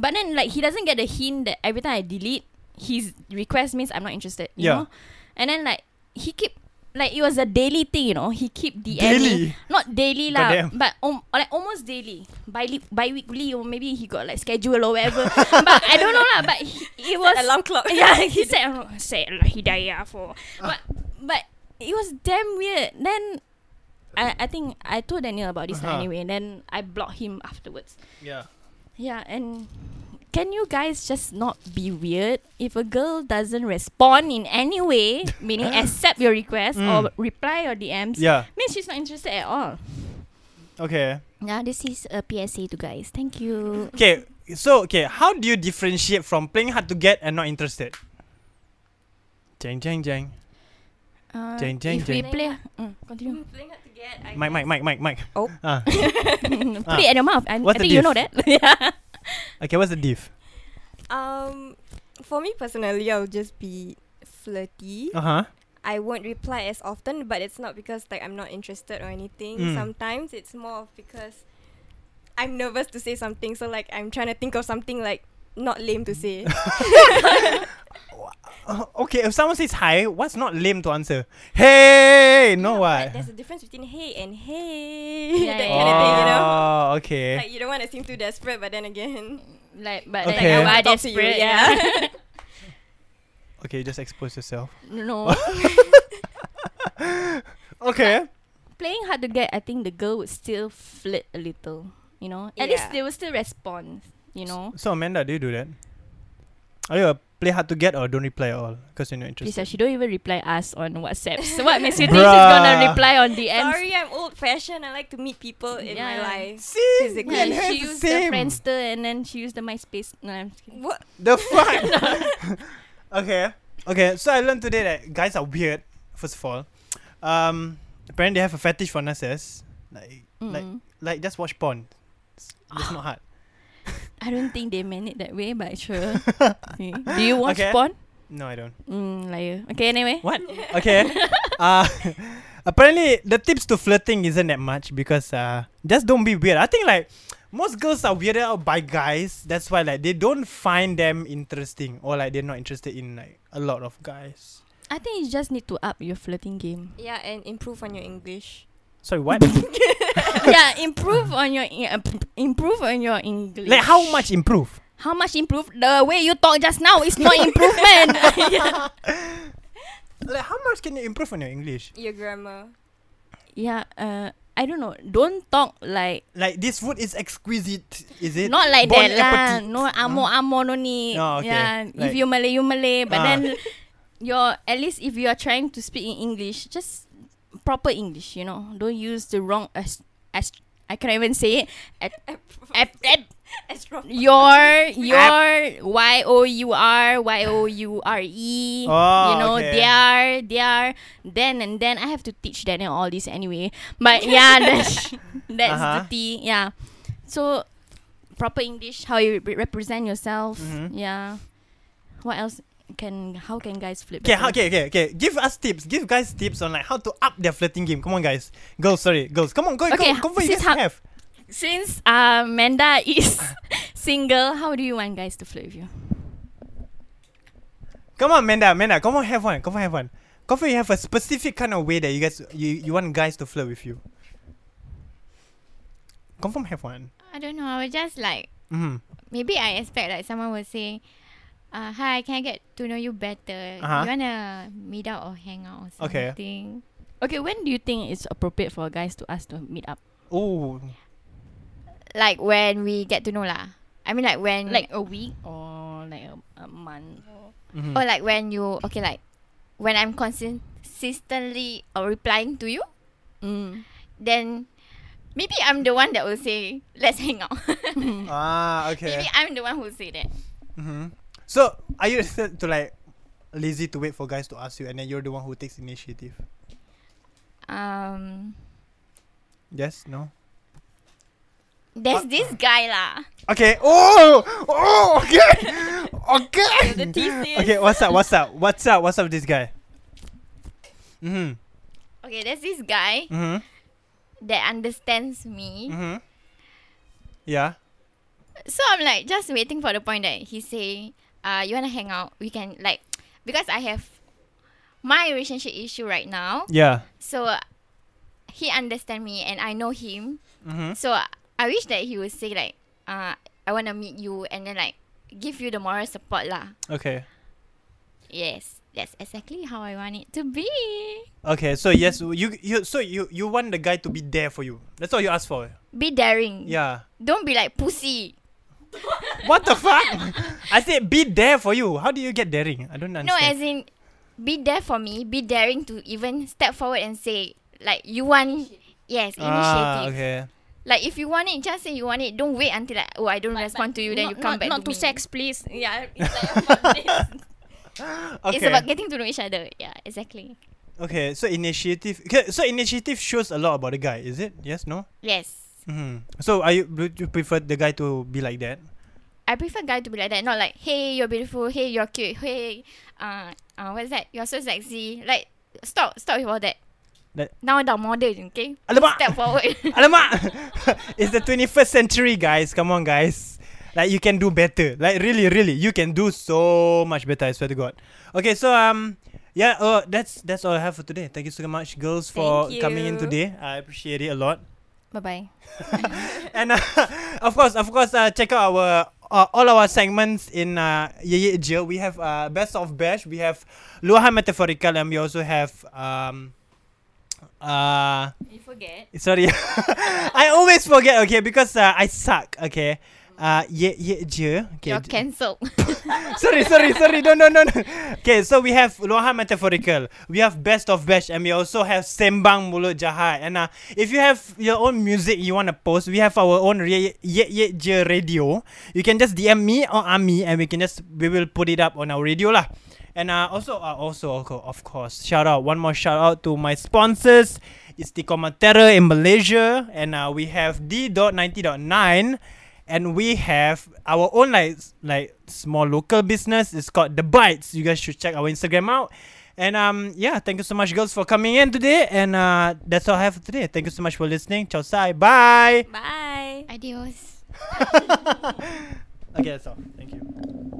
F: But then like he doesn't get the hint that every time I delete his request means I'm not interested. You
C: Yeah.
F: know? And then like he keep like it was a daily thing, you know. He keep DMing.
C: Daily?
F: Not daily lah,
C: Goddamn.
F: but om- like almost daily. Bi bi-weekly or maybe he got like schedule or whatever. but I don't know lah, but he, it was
E: alarm clock.
F: yeah, he said oh, said lah hidayah for. But but it was damn weird. Then I, I think I told Daniel about this
C: Uh-huh.
F: anyway, and then I blocked him afterwards.
C: Yeah.
F: Yeah, and can you guys just not be weird? If a girl doesn't respond in any way, meaning accept your request or reply your DMs,
C: Mm. Yeah.
F: means she's not interested at all.
C: Okay.
F: Yeah, this is a PSA to guys. Thank you.
C: Okay. So okay, how do you differentiate from playing hard to get and not interested? Jang jang jang.
F: Uh,
C: Jeng, jeng,
F: if we
C: jeng.
F: play, Mm, continue.
E: playing hard to get. I
C: Mike Mike Mike Mike Mike.
E: Oh.
C: Ah.
F: Put it Mm, at your mouth. I, I
C: What's Ah. the
F: think you know that.
C: diff?
F: yeah.
C: Okay. What's the diff?
E: Um, for me personally, I'll just be flirty.
C: Uh huh.
E: I won't reply as often, but it's not because like I'm not interested or anything.
C: Mm.
E: Sometimes it's more of because I'm nervous to say something, so like I'm trying to think of something like not lame to say.
C: Uh, okay, if someone says hi, what's not lame to answer? Hey, no
E: But
C: what?
E: There's a difference between hey and hey.
F: Yeah,
E: that
F: yeah,
E: kind of thing, you know.
C: Oh, okay.
E: Like you don't want to seem too desperate, but then again,
F: Like, but
C: like, Okay. I
F: like,
C: wanna
E: talk to you, yeah.
C: okay, just expose yourself.
F: no.
C: Okay.
F: Playing hard to get, I think the girl would still flirt a little. You know, at least
E: Yeah.
F: they will still respond. You know,
C: So Amanda, do you do that? Are you a play hard to get or don't reply at all because you're not
F: Lisa,
C: interested?
F: she don't even reply us on WhatsApp. So what makes you think she's gonna
C: Bruh.
F: reply on DMs?
E: Sorry, I'm old fashioned. I like to meet people in my
F: Yeah.
E: life.
C: See,
E: Physically.
C: me and
F: Yeah,
C: her
F: she
C: is the
F: used
C: same.
F: the Friendster and then she used the MySpace. No, I'm just kidding.
E: What?
C: The fuck? okay. Okay, so I learned today that guys are weird, first of all. Um apparently they have a fetish for nurses. Like like
F: Mm.
C: like just watch porn. It's, it's not hard.
F: I don't think they meant it that way, but sure. Okay. Do you watch
C: Okay.
F: porn?
C: No, I don't.
F: Mm, liar. Okay, anyway.
C: What? Okay. uh, apparently the tips to flirting isn't that much because uh, just don't be weird. I think like most girls are weirded out by guys. That's why like they don't find them interesting or like they're not interested in like a lot of guys.
F: I think you just need to up your flirting game.
E: Yeah, and improve on your English.
C: Sorry, what?
F: yeah, improve on your in- uh, improve on your English.
C: like how much improve?
F: How much improve? The way you talk just now is not improvement. yeah.
C: Like how much can you improve on your English?
E: Your grammar.
F: yeah uh, I don't know. Don't talk like
C: Like this food is exquisite, is it?
F: not like
C: Bon
F: that lah.
C: appetit.
F: No amo amo no ni.
C: Oh, okay.
F: Yeah, if
C: Like-
F: you Malay you Malay, but
C: Ah.
F: then you're at least if you are trying to speak in English, just proper English. You know, don't use the wrong as as I can't even say it. At- at- at- your your y o u r y o u r e
C: Oh,
F: you know
C: okay.
F: they are they are then and then I have to teach Daniel all this anyway but yeah that's that's the
C: Uh-huh.
F: T yeah so proper English how you re- represent yourself
C: Mhm.
F: yeah what else can how can guys flip
C: Okay, okay, okay, okay. Give us tips. Give guys tips on like how to up their flirting game. Come on, guys. Girls, sorry, girls. Come on, go,
F: Okay,
C: go, go for you guys
F: this is how-
C: have.
F: since uh, Amanda is single how do you want guys to flip with you
C: Come on, Manda, Manda, come on, have one. Come on, have one. Come on, you have a specific kind of way that you guys you, you want guys to flirt with you. Confirm have one.
G: I don't know. I was just like
C: Mm-hmm.
G: maybe I expect like someone will say, uh, "Hi, can I get to know you better?
C: Uh-huh.
G: You wanna meet up or hang out or
C: Okay.
G: something?"
F: okay when do you think it's appropriate for guys to ask to meet up
C: Oh,
G: Like when we get to know lah. I mean, like when
F: like a week or like a, a month
C: mhm.
G: or like when you okay, like when I'm consistently uh, replying to you,
F: mm.
G: then maybe I'm the one that will say, "Let's hang out."
C: ah, okay.
G: Maybe I'm the one who will say that.
C: Mm-hmm. So are you still to like lazy to wait for guys to ask you, and then you're the one who takes initiative?
G: Um,
C: Yes, no.
G: there's this guy lah.
C: Okay. Oh, oh, okay, okay. Okay, what's up? What's up? What's up? What's up, with this guy? Mhm.
G: Okay, there's this guy
C: Mhm.
G: that understands me.
C: Mhm. Yeah.
G: So I'm like just waiting for the point that he say, uh, you wanna hang out? We can like because I have my relationship issue right now.
C: Yeah.
G: So uh, he understand me and I know him.
C: Mhm.
G: So uh, I wish that he would say like, uh, I wanna meet you and then like give you the moral support lah.
C: Okay.
G: Yes, that's exactly how I want it to be.
C: Okay, so yes, you you so you you want the guy to be there for you. That's all you ask for.
G: Be daring.
C: Yeah.
G: Don't be like pussy.
C: What the fuck? I said be there for you. How do you get daring? I don't understand.
G: No, as in be there for me, be daring to even step forward and say like you want yes, initiative.
C: ah, okay.
G: Like if you want it, just say you want it. Don't wait until like oh I don't respond to you, then you come back.
F: not
G: to,
F: to,
G: me.
F: sex please yeah
C: Okay.
G: It's about getting to know each other. Yeah, exactly.
C: okay, so initiative. Okay, so initiative shows a lot about the guy, is it? Yes, no.
G: Yes,
C: hmm So are you would you prefer the guy to be like that?
G: I prefer guy to be like that. Not like hey you're beautiful, hey you're cute, hey uh, uh what's that? You're so sexy. Like stop, stop with all that.
C: That-
G: Now the modern, okay?
C: Alamak!
G: Step forward.
C: Alamak! it's the 21st century, guys. Come on, guys. Like you can do better. Like really, really, you can do so much better. I swear to God. Okay, so um, yeah. Uh, that's that's all I have for today. Thank you so much, girls, for
E: Thank
C: coming in
E: you.
C: today. I appreciate it a lot.
F: bye bye
C: And uh, of course, of course, uh, check out our uh, all our segments in uh, Ye Ye Jill. We have uh, Best of Bash. We have Luahan Metaphorical, and we also have um, uh.
F: you forget
C: Sorry. I always forget, okay, because uh, I suck, okay. Uh, ye, ye, je. Okay.
G: you're cancelled.
C: sorry, sorry, sorry. No, no, no, no. Okay, so we have Loha Metaphorical. We have Best of Bash. And we also have Sembang Mulut Jahat. And uh, if you have your own music you want to post, we have our own Ye, ye, ye Je radio. You can just DM me or Ami and we can just, we will put it up on our radio lah. And uh, also, uh, also, of co- of course, shout out, one more shout out to my sponsors. It's the Terra in Malaysia. And uh, we have D.90.9 and we have our own like s- like small local business. It's called The Bites. You guys should check our Instagram out. And um yeah, thank you so much girls for coming in today. And uh that's all I have for today. Thank you so much for listening. Ciao sai. Bye.
E: Bye.
G: Adios.
C: okay, that's all. Thank you.